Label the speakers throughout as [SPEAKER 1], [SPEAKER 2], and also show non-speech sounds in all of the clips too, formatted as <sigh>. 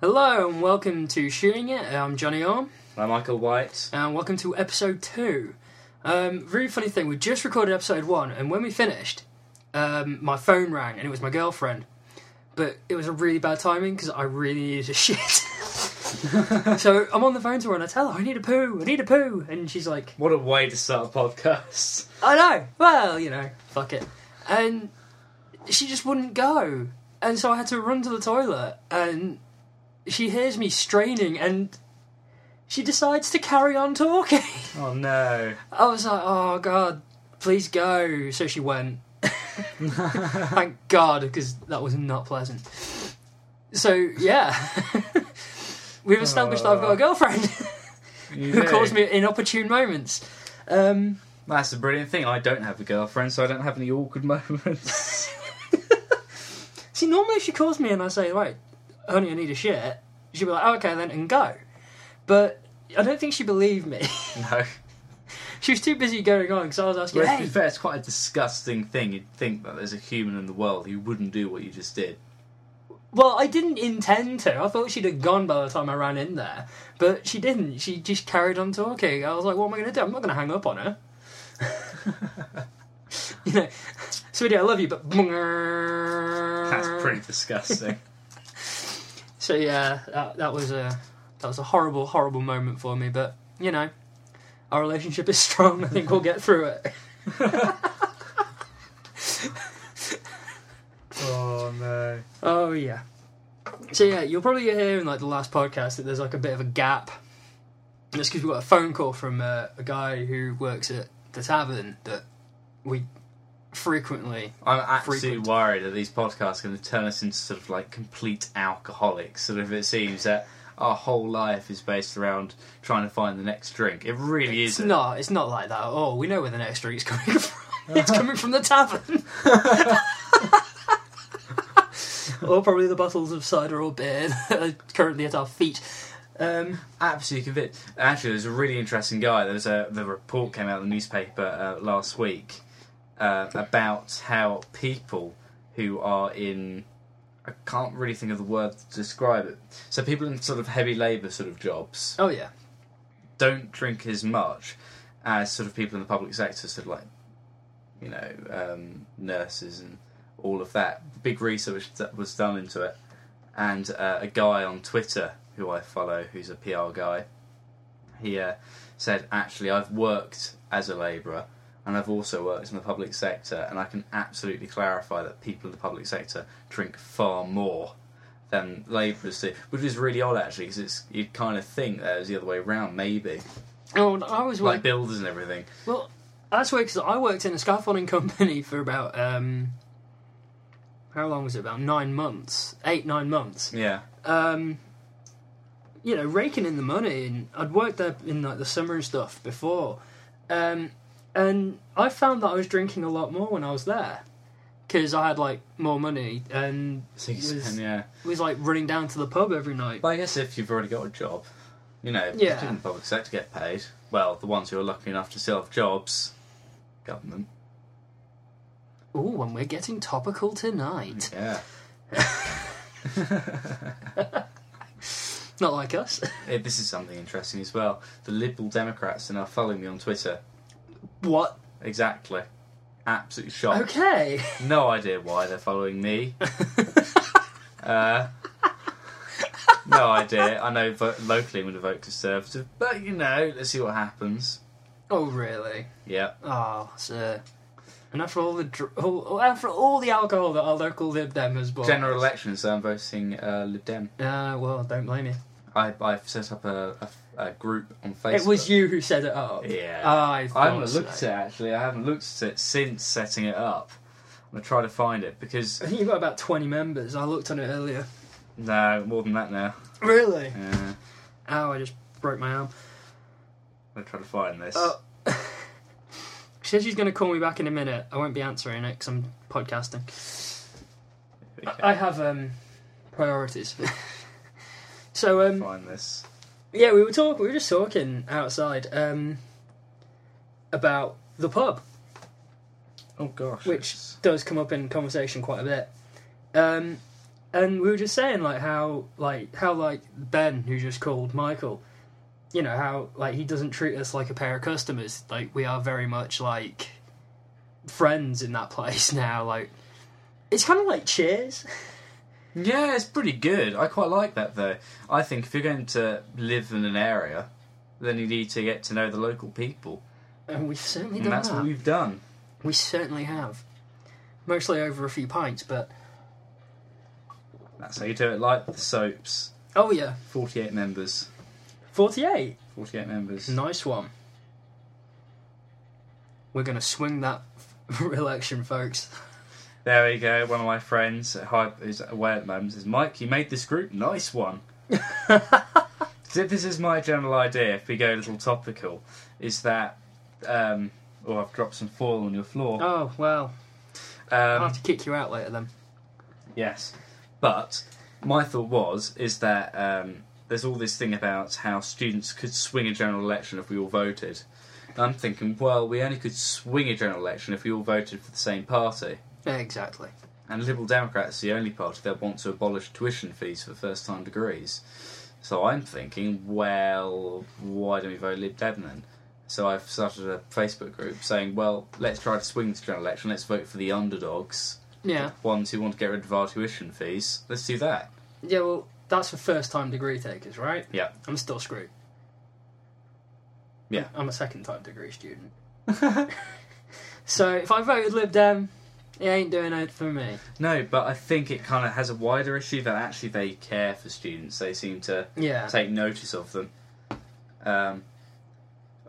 [SPEAKER 1] Hello and welcome to Shooting It. I'm Johnny Orm,
[SPEAKER 2] I'm Michael White.
[SPEAKER 1] and welcome to episode two. Um, really funny thing, we just recorded episode one, and when we finished, um, my phone rang and it was my girlfriend. But it was a really bad timing because I really needed a <laughs> shit. so I'm on the phone to her and I tell her, I need a poo, I need a poo. And she's like,
[SPEAKER 2] What a way to start a podcast.
[SPEAKER 1] I know, well, you know, fuck it. And she just wouldn't go. And so I had to run to the toilet and she hears me straining and she decides to carry on talking. <laughs>
[SPEAKER 2] Oh no.
[SPEAKER 1] I was like, oh god, please go. So she went. <laughs> Thank God, because that was not pleasant. So yeah, <laughs> we've established I've got a girlfriend <laughs>
[SPEAKER 2] You
[SPEAKER 1] who
[SPEAKER 2] do.
[SPEAKER 1] calls me at inopportune moments. Um,
[SPEAKER 2] That's the brilliant thing. I don't have a girlfriend, so I don't have any awkward <laughs> moments. <laughs>
[SPEAKER 1] see, normally she calls me and I say, right, honey, I need a shit. She'd be like, oh, okay then, and go. But I don't think she believed me. <laughs>
[SPEAKER 2] no.
[SPEAKER 1] she was too busy going on because I was asking,
[SPEAKER 2] But to
[SPEAKER 1] hey,
[SPEAKER 2] be fair, it's quite a disgusting thing. You'd think that there's a human in the world who wouldn't do what you just did.
[SPEAKER 1] Well, I didn't intend to. I thought she'd have gone by the time I ran in there, but she didn't. She just carried on talking. I was like, "What am I going to do? I'm not going to hang up on
[SPEAKER 2] <laughs>
[SPEAKER 1] her." <laughs> you know, sweetie, I love you, but
[SPEAKER 2] That's
[SPEAKER 1] that's
[SPEAKER 2] pretty disgusting.
[SPEAKER 1] So yeah, that, that was a that was a horrible, horrible moment for me. But you know, our relationship is <laughs> strong. I think we'll get through it.
[SPEAKER 2] <laughs> oh no.
[SPEAKER 1] Oh yeah. So yeah, you'll probably hear in like the last podcast that there's like a bit of a gap. That's because we got a phone call from uh, a guy who works at the tavern that we frequently.
[SPEAKER 2] I'm absolutely
[SPEAKER 1] Frequent.
[SPEAKER 2] worried that these podcasts are going to turn us into sort of like complete alcoholics. Sort of, it seems that our whole life is based around trying to find the next drink. It really
[SPEAKER 1] It's
[SPEAKER 2] isn't.
[SPEAKER 1] not. It's not like that at all. We know where the next drink's coming <laughs> from. it's coming from the tavern. or probably the bottles of cider or beer that are currently at our feet. Um,
[SPEAKER 2] absolutely convinced. Actually, there's a really interesting guy. There was a the report came out in the newspaper uh, last week uh, about how people who are in I can't really think of the word to describe it. So people in sort of heavy labour sort of jobs
[SPEAKER 1] oh yeah.
[SPEAKER 2] don't drink as much as sort of people in the public sector, sort of like you know um, nurses and all of that. Big research that was done into it, and uh, a guy on Twitter who I follow, who's a PR guy, he uh, said, "Actually, I've worked as a labourer." And I've also worked in the public sector, and I can absolutely clarify that people in the public sector drink far more than labourers do, which is really odd actually, because you'd kind of think that it was the other way around, maybe
[SPEAKER 1] Oh, and I was
[SPEAKER 2] like builders and everything.
[SPEAKER 1] Well, that's weird because I worked in a scaffolding <laughs> company for about um, how long was it? About nine months, eight nine months.
[SPEAKER 2] Yeah,
[SPEAKER 1] Um, you know, raking in the money, and I'd worked there in like the summer and stuff before, um, and I found that I was drinking a lot more when I was there because I had like more money and was,
[SPEAKER 2] yeah.
[SPEAKER 1] was like running down to the pub every night.
[SPEAKER 2] But I guess if you've already got a job, you know,
[SPEAKER 1] Yeah.
[SPEAKER 2] people in the public sector get paid. Well, the ones who are lucky enough to still have jobs, government.
[SPEAKER 1] Ooh, and we're getting topical tonight.
[SPEAKER 2] Yeah,
[SPEAKER 1] Not like us. <laughs>
[SPEAKER 2] Eh, this is something interesting as well. The Liberal Democrats are now following me on Twitter.
[SPEAKER 1] what?
[SPEAKER 2] Exactly, absolutely shocked.
[SPEAKER 1] Okay. <laughs>
[SPEAKER 2] No idea why they're following me. uh, no idea. I know vote, locally I'm going to vote Conservative, but you know, let's see what happens.
[SPEAKER 1] Oh, really?
[SPEAKER 2] Yeah.
[SPEAKER 1] Oh, sir. And after all the dr- all, after all the alcohol that our local Lib Dem has bought.
[SPEAKER 2] General election, so I'm voting uh, Lib Dem.
[SPEAKER 1] Uh, well, don't blame you.
[SPEAKER 2] I, I've set up a, a, a group on Facebook.
[SPEAKER 1] It was you Ah, who set it up.
[SPEAKER 2] Yeah.
[SPEAKER 1] I
[SPEAKER 2] I
[SPEAKER 1] thought
[SPEAKER 2] haven't
[SPEAKER 1] so.
[SPEAKER 2] looked at it actually. I haven't looked at it since setting it up. I'm gonna try to find it because
[SPEAKER 1] I think you've got about 20 members. I looked on it earlier.
[SPEAKER 2] no more than that now.
[SPEAKER 1] Really?
[SPEAKER 2] Uh, I'm
[SPEAKER 1] Ow, I just broke my arm.
[SPEAKER 2] gonna try to find this.
[SPEAKER 1] Oh. She says she's going to call me back in a minute. I won't be answering it because I'm podcasting.
[SPEAKER 2] If we can
[SPEAKER 1] I have um,
[SPEAKER 2] <laughs>
[SPEAKER 1] priorities. so, um,
[SPEAKER 2] find this.
[SPEAKER 1] Yeah, we were talking. We were just talking outside um, about the pub,
[SPEAKER 2] Oh gosh.
[SPEAKER 1] which does come up in conversation quite a bit. Um, and we were just saying like how like how like Ben who just called Michael, you know how like he doesn't treat us like a pair of customers. Like we are very much like friends in that <laughs> place now. Like it's kind of like Cheers. <laughs>
[SPEAKER 2] Yeah, it's pretty good. I quite like that though. I think if you're going to live in an area, then you need to get to know the local people.
[SPEAKER 1] And we've certainly
[SPEAKER 2] And
[SPEAKER 1] done
[SPEAKER 2] that's
[SPEAKER 1] that.
[SPEAKER 2] what we've done.
[SPEAKER 1] We certainly have. Mostly over a few pints, but
[SPEAKER 2] That's how you do it, like the soaps.
[SPEAKER 1] oh yeah,
[SPEAKER 2] 48 members.
[SPEAKER 1] forty-eight.
[SPEAKER 2] 48 members.
[SPEAKER 1] Nice one. We're gonna swing that <laughs> election, folks.
[SPEAKER 2] There we go. One of my friends at Hyde, who's away at the moment says, Mike, you made this group. Nice one. so this is my general idea, if we go a little topical, is that. Um, oh, I've dropped some foil on your floor.
[SPEAKER 1] Oh well, I'll
[SPEAKER 2] Um,
[SPEAKER 1] have to kick you out later then.
[SPEAKER 2] yes. But my thought was, is that um, there's all this thing about how students could swing a general election if we all voted. And I'm thinking, well, we only could swing a general election if we all voted for the same party.
[SPEAKER 1] Exactly.
[SPEAKER 2] And Liberal Democrats are the only party that want to abolish tuition fees for first time degrees. So I'm thinking, well, why don't we vote Lib Dem then? So I've started a Facebook group saying, well, let's try to swing this general election, let's vote for the underdogs,
[SPEAKER 1] Yeah.
[SPEAKER 2] ones who want to get rid of our tuition fees. Let's do that.
[SPEAKER 1] Yeah. Well, that's for first-time degree takers, right?
[SPEAKER 2] Yeah.
[SPEAKER 1] I'm still screwed.
[SPEAKER 2] Yeah.
[SPEAKER 1] I'm a second-time degree student. <laughs> So if I voted Lib Dem, it ain't doing it for me.
[SPEAKER 2] no, but I think it kind of has a wider issue that actually they care for students. They seem to
[SPEAKER 1] Yeah.
[SPEAKER 2] take notice of them. Um,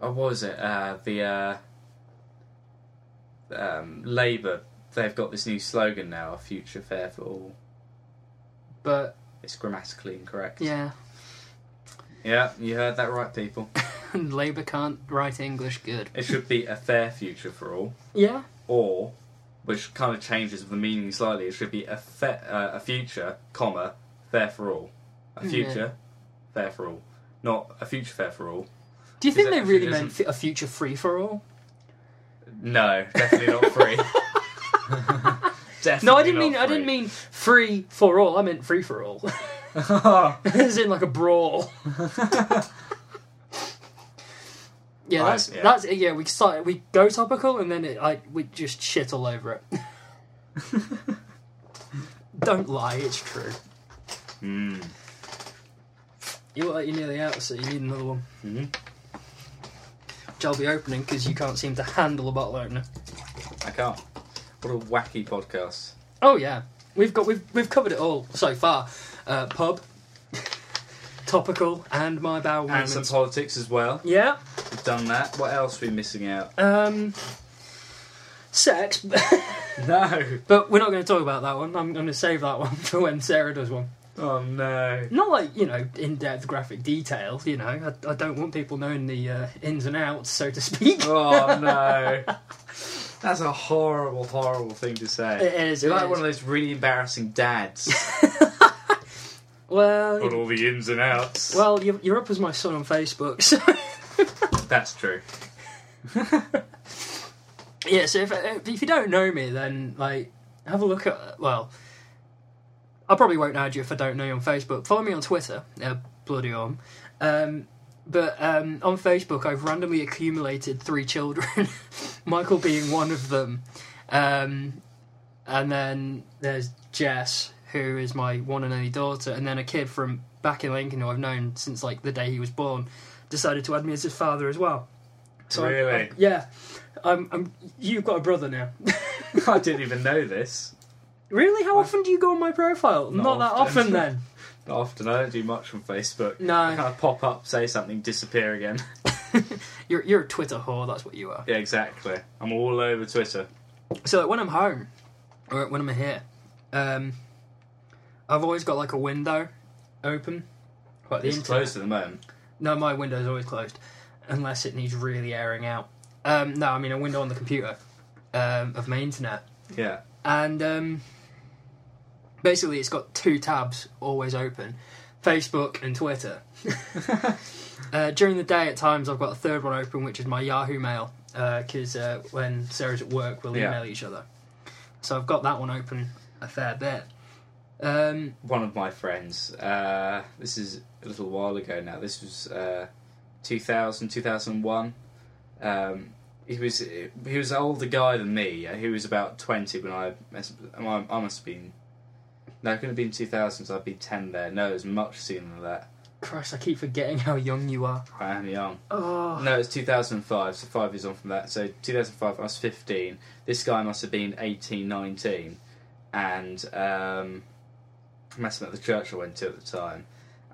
[SPEAKER 2] oh, what was it? Uh, the uh, um, Labour, they've got this new slogan now, a future fair for all.
[SPEAKER 1] But
[SPEAKER 2] It's grammatically incorrect.
[SPEAKER 1] yeah. <laughs>
[SPEAKER 2] Yeah, you heard that right, people.
[SPEAKER 1] And Labour can't write English good.
[SPEAKER 2] It should be a fair future for all,
[SPEAKER 1] Yeah,
[SPEAKER 2] or, which kind of changes the meaning slightly, it should be a, fe- uh, a future, comma, fair for all. A
[SPEAKER 1] Hmm, Yeah.
[SPEAKER 2] future, fair for all. Not a future fair for all.
[SPEAKER 1] do you think
[SPEAKER 2] that-
[SPEAKER 1] they
[SPEAKER 2] if it
[SPEAKER 1] really
[SPEAKER 2] isn't-
[SPEAKER 1] meant fi- a future free for all?
[SPEAKER 2] No, definitely not <laughs> free. definitely
[SPEAKER 1] No, I didn't mean
[SPEAKER 2] not
[SPEAKER 1] I didn't
[SPEAKER 2] free.
[SPEAKER 1] mean free for all. I meant free for all, <laughs>
[SPEAKER 2] <laughs>
[SPEAKER 1] as in like a brawl. yeah,
[SPEAKER 2] I-
[SPEAKER 1] that's
[SPEAKER 2] yeah.
[SPEAKER 1] that's yeah. We start we go topical and then it, I we just shit all over it. Don't lie, it's true.
[SPEAKER 2] Mm.
[SPEAKER 1] You look like you're nearly out, so you need another one.
[SPEAKER 2] Mhm.
[SPEAKER 1] Which I'll be opening because you can't seem to handle a bottle opener.
[SPEAKER 2] I can't. What a wacky podcast.
[SPEAKER 1] Oh yeah, we've got we've we've covered it all so far. Uh, pub, <laughs> topical, and my bowel
[SPEAKER 2] And some
[SPEAKER 1] movements.
[SPEAKER 2] politics as well.
[SPEAKER 1] yeah,
[SPEAKER 2] We've done that. What else are we missing out?
[SPEAKER 1] um, sex,
[SPEAKER 2] <laughs>
[SPEAKER 1] <laughs>
[SPEAKER 2] No.
[SPEAKER 1] but we're not going to talk about that one. I'm going to save that one <laughs> for when Sarah does one.
[SPEAKER 2] Oh no.
[SPEAKER 1] Not like you know in depth graphic detail. You know, I, I don't want people knowing the uh, ins and outs, so to speak.
[SPEAKER 2] Oh <laughs> no. That's a horrible, horrible thing to say.
[SPEAKER 1] It is,
[SPEAKER 2] You're
[SPEAKER 1] it
[SPEAKER 2] like
[SPEAKER 1] is.
[SPEAKER 2] one of those really embarrassing dads.
[SPEAKER 1] Well,
[SPEAKER 2] all the ins and outs.
[SPEAKER 1] well, you're, you're up as my son on Facebook, <laughs> so.
[SPEAKER 2] That's true.
[SPEAKER 1] Yeah, so if, if you don't know me, then like have a look at well, I probably won't add you if I don't know you on Facebook. Follow me on Twitter, uh, bloody on. Um, but um, on Facebook, I've randomly accumulated three children, <laughs> Michael being one of them, um, and then there's Jess, who is my one and only daughter, and then a kid from back in Lincoln who I've known since like the day he was born, decided to add me as his father as well. I-
[SPEAKER 2] Really?
[SPEAKER 1] I- yeah. I'm, I'm, you've got a brother now. <laughs> um,
[SPEAKER 2] <laughs> I didn't even know this.
[SPEAKER 1] really? How often do you go on my profile? Not,
[SPEAKER 2] Not
[SPEAKER 1] that
[SPEAKER 2] often.
[SPEAKER 1] often, then.
[SPEAKER 2] Not often. I don't do much on Facebook.
[SPEAKER 1] No.
[SPEAKER 2] I kind of pop up, say something, disappear again. <laughs>
[SPEAKER 1] <laughs> You're, you're a Twitter whore, that's what you are.
[SPEAKER 2] yeah, exactly. I'm all over Twitter.
[SPEAKER 1] So like, when I'm home, or when I'm here, um, I've always got like a window open. Like the
[SPEAKER 2] It's
[SPEAKER 1] internet.
[SPEAKER 2] closed at the moment.
[SPEAKER 1] No, my window's always closed, unless it needs really airing out. Um, no, I mean a window on the computer um, of my internet.
[SPEAKER 2] Yeah.
[SPEAKER 1] and um, basically it's got two tabs always open facebook and
[SPEAKER 2] <laughs>
[SPEAKER 1] twitter uh, during the day at times i've got a third one open which is my yahoo mail because uh, when sarah's at work we'll
[SPEAKER 2] Yeah.
[SPEAKER 1] email each other so i've got that one open a fair bit Um,
[SPEAKER 2] one of my friends. Uh, this is a little while ago now. This was uh, 2000, 2001. Um, he was he was an older guy than me. Uh, He was about twenty when I mess- I I must have been. No, it could have been two thousand. So I'd be ten there. No, it was much sooner than that.
[SPEAKER 1] Christ, I keep forgetting how young you are.
[SPEAKER 2] I am young.
[SPEAKER 1] Oh,
[SPEAKER 2] No, it's two thousand and five. So five years on from that. So two thousand five. I was fifteen. This guy must have been 18, 19. and um, I must have been at the church I went to at the time.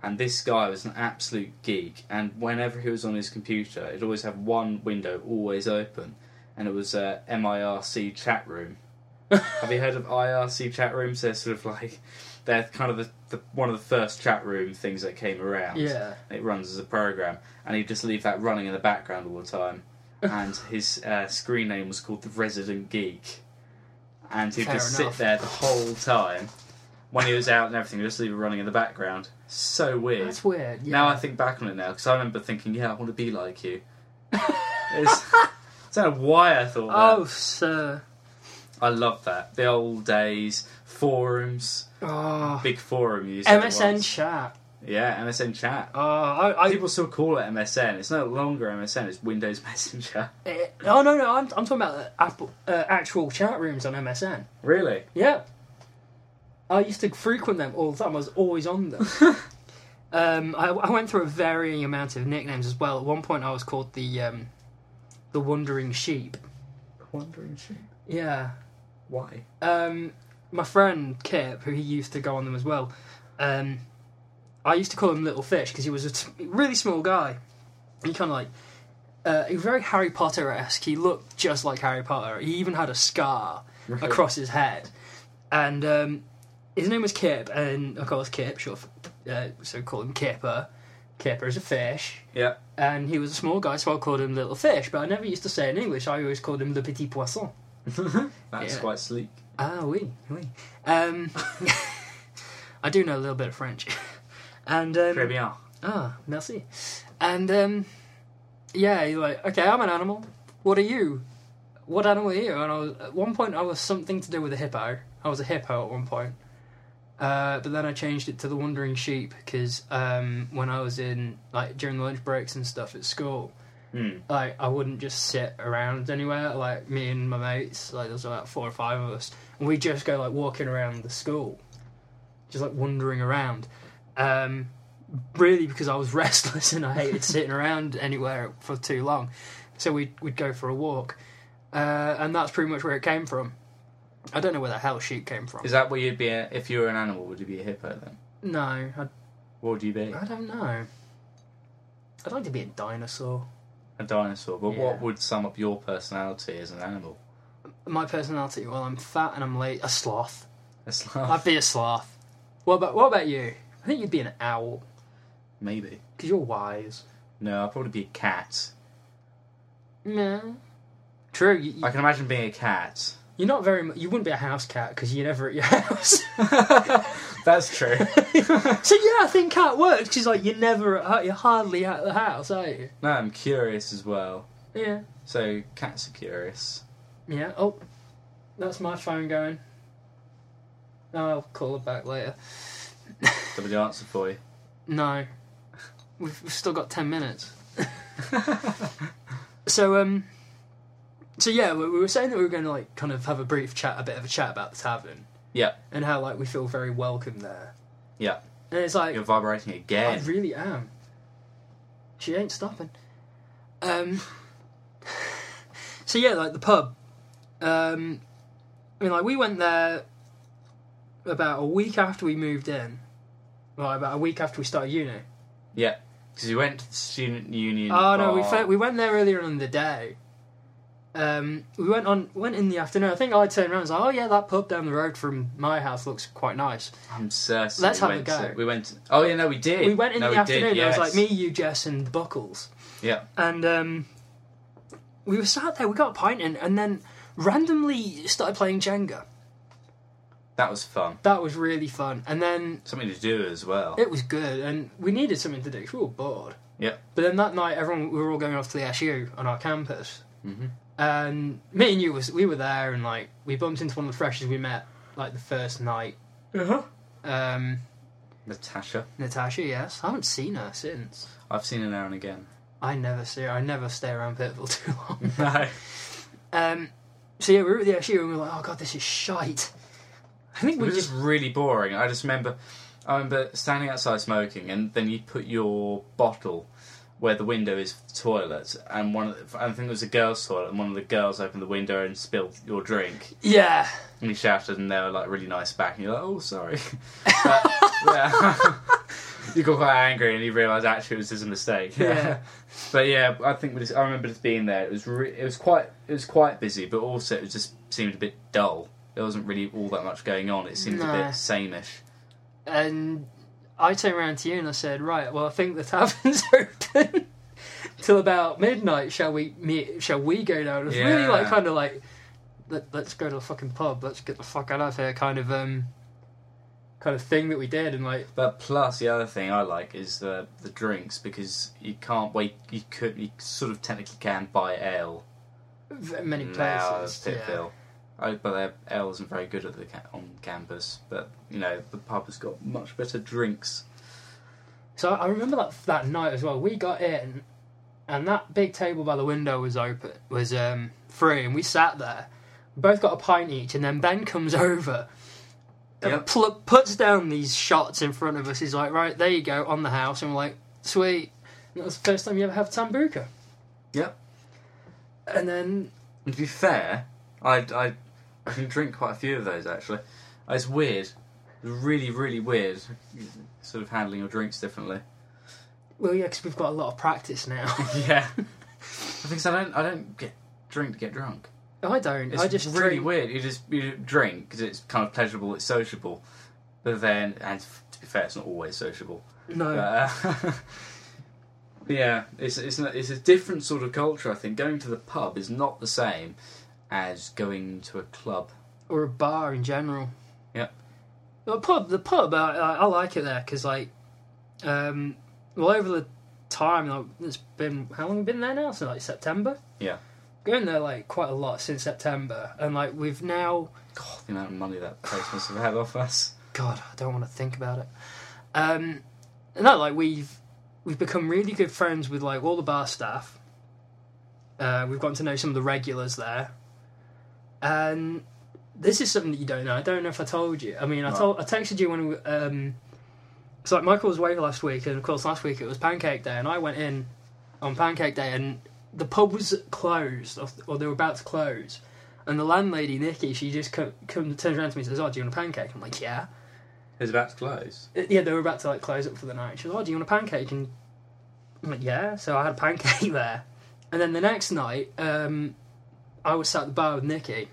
[SPEAKER 2] And this guy was an absolute geek. And whenever he was on his computer, he'd always have one window always open, and it was uh, MIRC chat room. have you heard of IRC chat rooms? They're sort of like they're kind of the, the one of the first chat room things that came around.
[SPEAKER 1] yeah.
[SPEAKER 2] It runs as a program, and he'd just leave that running in the background all the
[SPEAKER 1] <laughs>
[SPEAKER 2] time. And his uh, screen name was called the Resident Geek, and he'd
[SPEAKER 1] Fair
[SPEAKER 2] just
[SPEAKER 1] enough.
[SPEAKER 2] sit there the whole time when he was out and everything. He'd just leave it running in the background. So weird.
[SPEAKER 1] That's weird. Yeah.
[SPEAKER 2] Now I think back on it now because I remember thinking, yeah, I want to be
[SPEAKER 1] <laughs>
[SPEAKER 2] like you. it's, I don't know why I thought that.
[SPEAKER 1] oh, sir.
[SPEAKER 2] I love that the old days forums,
[SPEAKER 1] Oh,
[SPEAKER 2] big forum used to be
[SPEAKER 1] MSN
[SPEAKER 2] once.
[SPEAKER 1] chat.
[SPEAKER 2] yeah, MSN chat.
[SPEAKER 1] Oh, I, I,
[SPEAKER 2] People still call it MSN. It's no longer MSN. It's Windows <laughs> Messenger.
[SPEAKER 1] eh, oh no, no, I'm, I'm talking about the Apple, uh, actual chat rooms on MSN.
[SPEAKER 2] Really?
[SPEAKER 1] Yeah. I used to frequent them all the time. I was always on them. um, I, I went through a varying amount of nicknames as well. At one point, I was called the um, the Wandering Sheep.
[SPEAKER 2] Wandering sheep.
[SPEAKER 1] Yeah.
[SPEAKER 2] Why?
[SPEAKER 1] Um, my friend Kip, who he used to go on them as well, um, I used to call him Little Fish because he was a t- really small guy. He kind of like uh, he was very Harry Potter esque. He looked just like Harry Potter. He even had a scar
[SPEAKER 2] Right.
[SPEAKER 1] across his head, and um, his name was Kip. And of course, Kip, short, for, uh, so call him Kipper. Kipper is a fish,
[SPEAKER 2] Yeah.
[SPEAKER 1] and he was a small guy, so I called him Little Fish. But I never used to say it in English. I always called him Le Petit Poisson.
[SPEAKER 2] That's
[SPEAKER 1] Yeah.
[SPEAKER 2] quite sleek.
[SPEAKER 1] Ah, oui, oui. Um, <laughs> I do know a little bit of French, <laughs> and
[SPEAKER 2] Très
[SPEAKER 1] um,
[SPEAKER 2] bien.
[SPEAKER 1] ah, merci. And um, yeah, you're like, okay, I'm an animal. What are you? What animal are you? And I was, at one point, I was something to do with a hippo. I was a hippo at one point, uh, but then I changed it to the wandering sheep because um, when I was in like during the lunch breaks and stuff at school,
[SPEAKER 2] Hmm.
[SPEAKER 1] like I wouldn't just sit around anywhere. Like me and my mates, like there's about four or five of us, and we just go like walking around the school, just like wandering around. Um, really, because I was <laughs> restless and I hated sitting around anywhere for too long, so we'd we'd go for a walk, uh, and that's pretty much where it came from. I don't know where the hell sheep came from.
[SPEAKER 2] Is that what you'd be a, if you were an animal? Would you be a hippo then?
[SPEAKER 1] no, I,
[SPEAKER 2] What would you be?
[SPEAKER 1] I don't know. I'd like to be a dinosaur.
[SPEAKER 2] A dinosaur. But
[SPEAKER 1] Yeah.
[SPEAKER 2] what would sum up your personality as an animal?
[SPEAKER 1] My personality, well, I'm fat and I'm late. A sloth.
[SPEAKER 2] A <laughs> sloth?
[SPEAKER 1] I'd be a sloth. What about what about you? I think you'd be an owl
[SPEAKER 2] Maybe.
[SPEAKER 1] because you're wise.
[SPEAKER 2] No, I'd probably be a cat.
[SPEAKER 1] No. True. You, you-
[SPEAKER 2] I can imagine being a cat.
[SPEAKER 1] you're not very. mu- You wouldn't be a house cat because you're never at your <laughs> house.
[SPEAKER 2] <laughs> That's true.
[SPEAKER 1] so yeah, I think cat works because like you're never at ho- you're hardly at the house, are you?
[SPEAKER 2] <laughs> no, I'm curious as well.
[SPEAKER 1] Yeah.
[SPEAKER 2] So cats are curious.
[SPEAKER 1] Yeah. Oh, that's my phone going. I'll call it back later. <laughs>
[SPEAKER 2] Got the answer for you. <laughs>
[SPEAKER 1] No. We've, we've still got 10 minutes. so, um, so yeah, we, we were saying that we were going to, like, kind of have a brief chat, a bit of a chat about the tavern.
[SPEAKER 2] Yeah.
[SPEAKER 1] And how, like, we feel very welcome there.
[SPEAKER 2] Yeah.
[SPEAKER 1] And it's like,
[SPEAKER 2] You're vibrating
[SPEAKER 1] I
[SPEAKER 2] again.
[SPEAKER 1] really am. She ain't stopping. Um, <laughs> so yeah, like the pub. Um, I mean, like we went there about a week after we moved in. Well, about a week after we started uni.
[SPEAKER 2] Yeah. Because you went to the student union.
[SPEAKER 1] Oh no, we
[SPEAKER 2] bar.
[SPEAKER 1] fe- we went there earlier on in the day. Um, we went on went in the afternoon. I think I turned around and was like, "Oh yeah, that pub down the road from my house looks quite nice."
[SPEAKER 2] I'm certain.
[SPEAKER 1] Let's
[SPEAKER 2] we
[SPEAKER 1] have a
[SPEAKER 2] went
[SPEAKER 1] go.
[SPEAKER 2] To, we went. To, oh yeah, no, we did.
[SPEAKER 1] We went in
[SPEAKER 2] no,
[SPEAKER 1] the
[SPEAKER 2] we
[SPEAKER 1] afternoon.
[SPEAKER 2] Did,
[SPEAKER 1] It was
[SPEAKER 2] yes.
[SPEAKER 1] like me, you, Jess, and Buckles,
[SPEAKER 2] Yeah.
[SPEAKER 1] and um, we were sat there. We got a pint in, and then randomly started playing Jenga.
[SPEAKER 2] That was fun.
[SPEAKER 1] That was really fun. And then
[SPEAKER 2] Something to do as well.
[SPEAKER 1] it was good, and we needed something to do. 'cause we were bored.
[SPEAKER 2] Yeah.
[SPEAKER 1] But then that night, everyone we were all going off to the SU on our campus,
[SPEAKER 2] Mm-hmm.
[SPEAKER 1] and me and you was we were there, and like we bumped into one of the freshers we met like the first night,
[SPEAKER 2] Uh huh.
[SPEAKER 1] Um,
[SPEAKER 2] Natasha.
[SPEAKER 1] Natasha, yes. I haven't seen her since.
[SPEAKER 2] I've seen her now and
[SPEAKER 1] <laughs>
[SPEAKER 2] again.
[SPEAKER 1] I never see her. I never stay around Pitbull <laughs> too long.
[SPEAKER 2] No.
[SPEAKER 1] Um, so yeah, we were at the SU and we were like, oh god, this is shite. I think
[SPEAKER 2] It
[SPEAKER 1] we
[SPEAKER 2] was
[SPEAKER 1] just
[SPEAKER 2] just really boring. I just remember, I remember standing outside smoking, and then you put your bottle where the window is for the toilet, and one of the, I think it was a girls' toilet, and one of the girls opened the window and spilled your drink,
[SPEAKER 1] yeah.
[SPEAKER 2] and you shouted, and they were like really nice back, and you're like,
[SPEAKER 1] <laughs>
[SPEAKER 2] oh sorry, but, yeah. <laughs> You got quite angry and you realised actually it was just a mistake.
[SPEAKER 1] Yeah.
[SPEAKER 2] <laughs> but yeah, I think we just, I remember just being there. It was re- it was quite it was quite busy, but also it just seemed a bit dull. There wasn't really all that much going on. It seemed a
[SPEAKER 1] No.
[SPEAKER 2] bit sameish.
[SPEAKER 1] And I turned around to you and I said, right, well, I think the tavern's <laughs> open till about midnight. Shall we meet? Shall we go down? It was really like
[SPEAKER 2] Yeah.
[SPEAKER 1] kind of like, Let, let's go to the fucking pub. Let's get the fuck out of here. Kind of um, kind of thing that we did. And like,
[SPEAKER 2] But plus, the other thing I like is the the drinks because you can't wait. You could you sort of technically can buy ale
[SPEAKER 1] v- many
[SPEAKER 2] now
[SPEAKER 1] places.
[SPEAKER 2] at
[SPEAKER 1] yeah.
[SPEAKER 2] Pitville. I, but their ale isn't very good at the ca- on campus. But you know the pub has got much better drinks.
[SPEAKER 1] So I remember that that night as well. We got in, and that big table by the window was open, was um, free, and we sat there. We both got a pint each, and then Ben comes <laughs> over and
[SPEAKER 2] Yep.
[SPEAKER 1] pl- puts down these shots in front of us. He's like, "Right, there you go, on the house," and we're like, "Sweet." And that was the first time you ever have tambuka.
[SPEAKER 2] Yep.
[SPEAKER 1] And then
[SPEAKER 2] And to be fair, I, I, I can drink quite a few of those actually. It's weird, really, really weird, sort of handling your drinks differently. <laughs>
[SPEAKER 1] well, yeah, because we've got a lot of practice now. <laughs>
[SPEAKER 2] yeah, I think 'cause I don't, I don't get drink to get drunk.
[SPEAKER 1] I don't.
[SPEAKER 2] It's
[SPEAKER 1] I just
[SPEAKER 2] really
[SPEAKER 1] drink.
[SPEAKER 2] weird. You just you drink because it's kind of pleasurable, it's sociable, but then and f- to be fair, it's not always sociable.
[SPEAKER 1] No.
[SPEAKER 2] But, uh, <laughs> yeah, it's it's not, it's a different sort of culture. I think going to the pub is not the same as going to a club.
[SPEAKER 1] or a bar in general.
[SPEAKER 2] Yeah.
[SPEAKER 1] The pub, the pub, I, I, I like it there because like, um, well over the time like, it's been how long have we been there now? So like September.
[SPEAKER 2] Yeah.
[SPEAKER 1] Going there like quite a lot since September, and like we've now.
[SPEAKER 2] God, the amount of money that place must have had off us.
[SPEAKER 1] God, I don't want to think about it. Um, no, like we've we've become really good friends with like all the bar staff. Uh, we've gotten to know some of the regulars there, and this is something that you don't know. I don't know if I told you. I mean, I
[SPEAKER 2] No.
[SPEAKER 1] told I texted you when we. Um, so like Michael was away last week, and of course last week it was Pancake Day, and I went in on Pancake Day, and the pub was closed, or- or they were about to close. And the landlady Nikki, she just co- come, turns around to me and says, "Oh, do you want a pancake?" I'm like, "Yeah."
[SPEAKER 2] It's about to close.
[SPEAKER 1] Uh, yeah, they were about to like close up for the night. She was, "Oh, do you want a pancake?" And I'm like, "Yeah." So I had a pancake <laughs> there, and then the next night, um, I was sat at the bar with Nikki,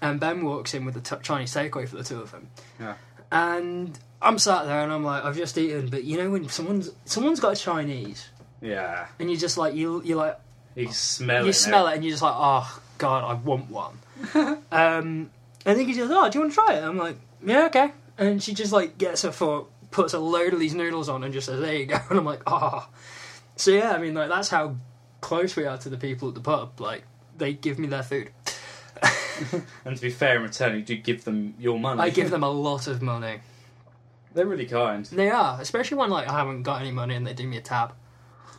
[SPEAKER 1] and Ben walks in with a t- Chinese takeaway for the two of them.
[SPEAKER 2] Yeah.
[SPEAKER 1] And I'm sat there, and I'm like, "I've just eaten," but you know when someone's someone's got a Chinese,
[SPEAKER 2] Yeah,
[SPEAKER 1] and you just like you you like
[SPEAKER 2] you can smell it.
[SPEAKER 1] you smell it and you're just like, oh god, I want one. <laughs> um, and then she goes, oh, do you want to try it? I'm like, yeah, okay. And she just like gets her fork, puts a load of these noodles on, and just says, there you go. <laughs> And I'm like, ah. So yeah, I mean, like that's how close we are to the people at the pub. Like they give me their food. <laughs>
[SPEAKER 2] And to be fair, in return, you do give them your money.
[SPEAKER 1] I give them a lot of money.
[SPEAKER 2] <laughs> They're really kind.
[SPEAKER 1] They are, especially when like I haven't got any money and they do me a tab.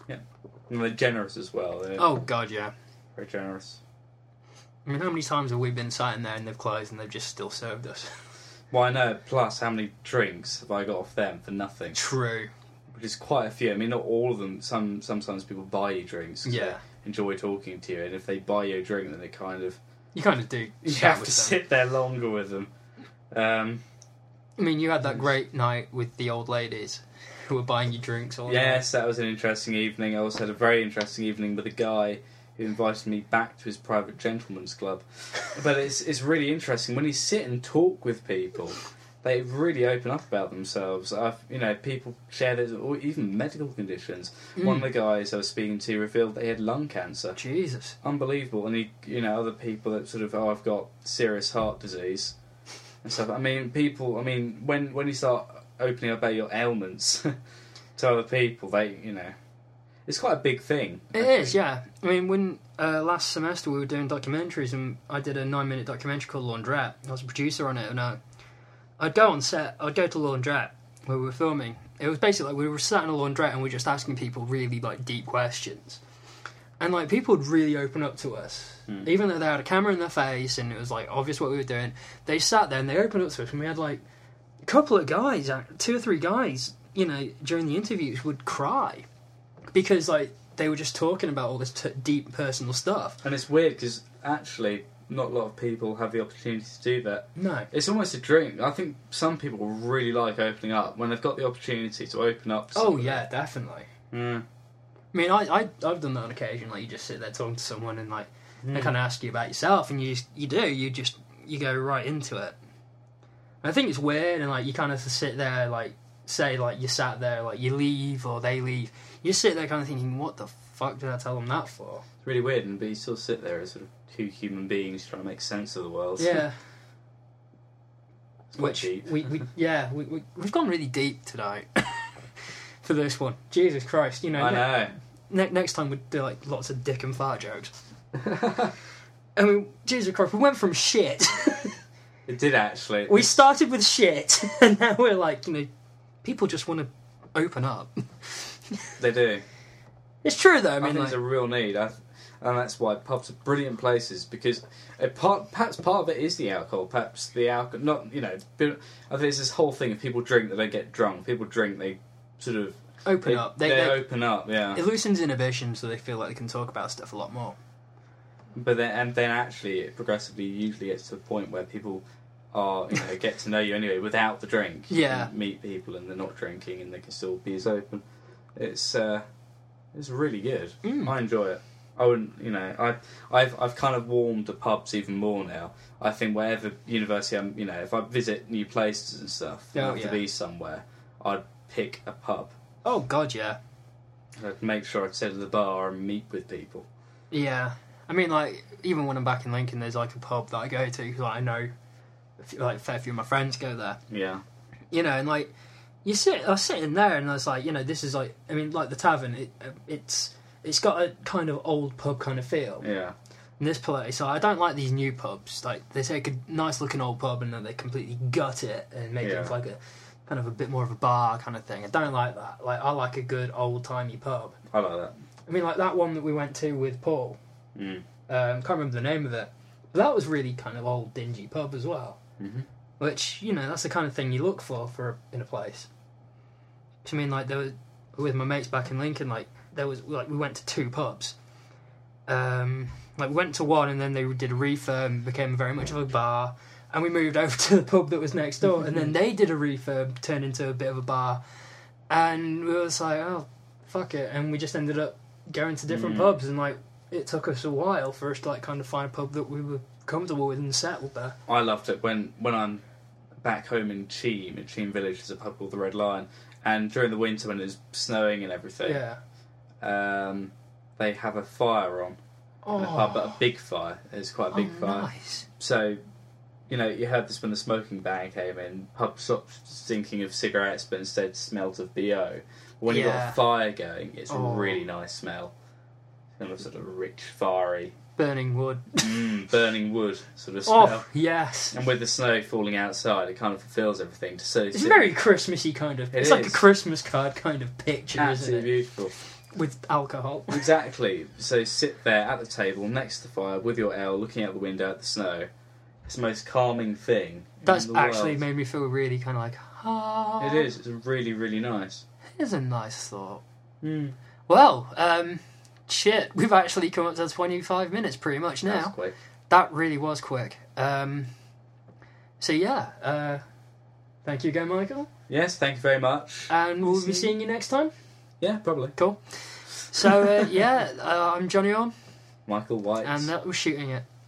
[SPEAKER 2] And they're generous as well. They're
[SPEAKER 1] Oh god, yeah.
[SPEAKER 2] very generous.
[SPEAKER 1] I mean, how many times have we been sat in there and they've closed and they've just still served us? <laughs>
[SPEAKER 2] Well, I know. Plus, how many drinks have I got off them for <laughs> nothing?
[SPEAKER 1] True.
[SPEAKER 2] Which is quite a few. I mean, not all of them. Some sometimes people buy you drinks. 'cause
[SPEAKER 1] Yeah.
[SPEAKER 2] They enjoy talking to you, and if they buy you a drink, then they kind of
[SPEAKER 1] <laughs> You kind of do.
[SPEAKER 2] you
[SPEAKER 1] chat
[SPEAKER 2] have
[SPEAKER 1] with
[SPEAKER 2] to
[SPEAKER 1] them.
[SPEAKER 2] sit there longer with them. Um,
[SPEAKER 1] I mean, you had that great night with the old ladies who were buying you drinks all night.
[SPEAKER 2] Yes, that was an interesting evening. I also had a very interesting evening with a guy who invited me back to his private gentleman's
[SPEAKER 1] <laughs>
[SPEAKER 2] club. But it's it's really interesting when you sit and talk with people. They really open up about themselves. I've, you know, people share their or even medical conditions. One
[SPEAKER 1] Mm.
[SPEAKER 2] of the guys I was speaking to revealed that he had lung cancer.
[SPEAKER 1] Jesus.
[SPEAKER 2] Unbelievable. And he, you know, other people that sort of, oh, I've got serious heart disease and stuff. I mean, people. I mean, when when you start opening up about your ailments <laughs> to other people, they, you know, it's quite a big thing.
[SPEAKER 1] It is, yeah. I mean, when uh, last semester we were doing documentaries, and I did a nine-minute documentary called Laundrette. I was a producer on it, and I, I'd go on set, I'd go to laundrette where we were filming. It was basically like we were sat in a laundrette and we were just asking people really like deep questions. And like people would really open up to us. Even though they had a camera in their face and it was like obvious what we were doing, they sat there and they opened up to us and we had like a couple of guys, uh, two or three guys, you know, during the interviews would cry because like they were just talking about all this t- deep personal stuff.
[SPEAKER 2] And it's weird because actually, not a lot of people have the opportunity to do that.
[SPEAKER 1] No.
[SPEAKER 2] It's almost a dream. I think some people really like opening up when they've got the opportunity to open up. to
[SPEAKER 1] Oh
[SPEAKER 2] somebody.
[SPEAKER 1] yeah, definitely.
[SPEAKER 2] Mm.
[SPEAKER 1] I mean, I, I I've done that on occasion. Like you just sit there talking to someone and like
[SPEAKER 2] Hmm.
[SPEAKER 1] they kind of ask you about yourself, and you just, you do you just you go right into it. And I think it's weird, and like you kind of sit there like say like you sat there like you leave or they leave. You just sit there kind of thinking, what the fuck did I tell them that for?
[SPEAKER 2] It's really weird, and but you still sit there as sort of two human beings trying to make sense of the world.
[SPEAKER 1] Yeah.
[SPEAKER 2] It's quite
[SPEAKER 1] Which
[SPEAKER 2] deep.
[SPEAKER 1] we, we yeah we, we we've gone really deep tonight <laughs> for this one. Jesus Christ, you know.
[SPEAKER 2] I
[SPEAKER 1] ne-
[SPEAKER 2] know.
[SPEAKER 1] ne- next time we'd do like lots of dick and fart jokes. <laughs> I mean, Jesus Christ, we went from shit.
[SPEAKER 2] It did actually.
[SPEAKER 1] we started with shit, <laughs> and now we're like, you know, people just want to open up.
[SPEAKER 2] They do.
[SPEAKER 1] It's true though. I
[SPEAKER 2] I
[SPEAKER 1] mean,
[SPEAKER 2] think
[SPEAKER 1] like,
[SPEAKER 2] there's a real need, I, and that's why pubs are brilliant places because a part, perhaps part of it is the alcohol. Perhaps the alcohol, not you know. but I think it's this whole thing of people drink that they get drunk. People drink they sort of
[SPEAKER 1] open
[SPEAKER 2] they,
[SPEAKER 1] up. They,
[SPEAKER 2] they
[SPEAKER 1] they,
[SPEAKER 2] open up, yeah.
[SPEAKER 1] it loosens inhibition, so they feel like they can talk about stuff a lot more.
[SPEAKER 2] But then and then actually, it progressively usually gets to a point where people are you know get to know you anyway without the drink. You
[SPEAKER 1] Yeah.
[SPEAKER 2] can meet people and they're not drinking and they can still be as open. It's uh, it's really good.
[SPEAKER 1] Mm.
[SPEAKER 2] I enjoy it. I wouldn't, you know, I, I've I've kind of warmed to pubs even more now. I think wherever university I'm, you know, if I visit new places and stuff, and I
[SPEAKER 1] Oh,
[SPEAKER 2] have
[SPEAKER 1] yeah.
[SPEAKER 2] to be somewhere, I'd pick a pub.
[SPEAKER 1] Oh God, yeah,
[SPEAKER 2] I'd make sure I'd sit at the bar and meet with people.
[SPEAKER 1] yeah. I mean, like even when I'm back in Lincoln, there's like a pub that I go to because like, I know, a few- like a fair few of my friends go there.
[SPEAKER 2] Yeah,
[SPEAKER 1] you know, and like you sit, I was sitting there, and I was like, you know, this is like, I mean, like the tavern, it, it's it's got a kind of old pub kind of feel.
[SPEAKER 2] yeah.
[SPEAKER 1] And this place, so I don't like these new pubs. Like they take a nice looking old pub and then they completely gut it and make it
[SPEAKER 2] Yeah.
[SPEAKER 1] into like a kind of a bit more of a bar kind of thing. I don't like that. Like I like a good old timey pub.
[SPEAKER 2] I like that.
[SPEAKER 1] I mean, like that one that we went to with Paul.
[SPEAKER 2] Mm.
[SPEAKER 1] Um, can't remember the name of it, but that was really kind of old dingy pub as well
[SPEAKER 2] Mm-hmm.
[SPEAKER 1] which you know that's the kind of thing you look for for in a place. 'Cause I mean, like there was with my mates back in Lincoln, like there was like we went to two pubs. Um, like we went to one and then they did a refurb and became very much of a bar, and we moved <laughs> over to the pub that was next door, and then they did a refurb, turned into a bit of a bar, and we was like, oh fuck it, and we just ended up going to different
[SPEAKER 2] Mm.
[SPEAKER 1] pubs, and like it took us a while for us to like kind of find a pub that we were comfortable with and settled there.
[SPEAKER 2] I loved it when when I'm back home in Cheam, in Cheam Village, there's a pub called the Red Lion, and during the winter when it's snowing and everything,
[SPEAKER 1] Yeah.
[SPEAKER 2] um, they have a fire on in the pub, but a big fire. It's quite a big fire.
[SPEAKER 1] Oh. Nice.
[SPEAKER 2] So, you know, you heard this when the smoking ban came in. Pubs stopped thinking of cigarettes, but instead smelt of bo. When you've got
[SPEAKER 1] Yeah.
[SPEAKER 2] a fire going, it's
[SPEAKER 1] Oh.
[SPEAKER 2] a really nice smell. Kind of sort of rich, fiery,
[SPEAKER 1] Burning wood.
[SPEAKER 2] <laughs> mm, burning wood sort of smell.
[SPEAKER 1] Oh, yes.
[SPEAKER 2] And with the snow falling outside, it kind of fulfills everything. So
[SPEAKER 1] It's a very Christmassy kind of.
[SPEAKER 2] It
[SPEAKER 1] it's like a
[SPEAKER 2] is.
[SPEAKER 1] Christmas card kind of picture, isn't
[SPEAKER 2] absolutely
[SPEAKER 1] it?
[SPEAKER 2] beautiful.
[SPEAKER 1] With alcohol.
[SPEAKER 2] Exactly. So sit there at the table next to the fire with your ale, looking out the window at the snow. It's the most calming thing.
[SPEAKER 1] That's
[SPEAKER 2] in the
[SPEAKER 1] actually
[SPEAKER 2] world.
[SPEAKER 1] made me feel really kind of like, ah.
[SPEAKER 2] It is. It's really, really nice.
[SPEAKER 1] It's a nice thought.
[SPEAKER 2] Hmm.
[SPEAKER 1] Well, um, shit, we've actually come up to 25 minutes pretty much now.
[SPEAKER 2] That's quick.
[SPEAKER 1] That really was quick. Um, so yeah, uh, thank you again, Michael.
[SPEAKER 2] Yes. Thank you very much.
[SPEAKER 1] And we'll be
[SPEAKER 2] See-
[SPEAKER 1] seeing you next time.
[SPEAKER 2] yeah, probably. <laughs>
[SPEAKER 1] Cool. So uh, yeah, uh, I'm Johnny Orm,
[SPEAKER 2] Michael White.
[SPEAKER 1] and that was shooting it.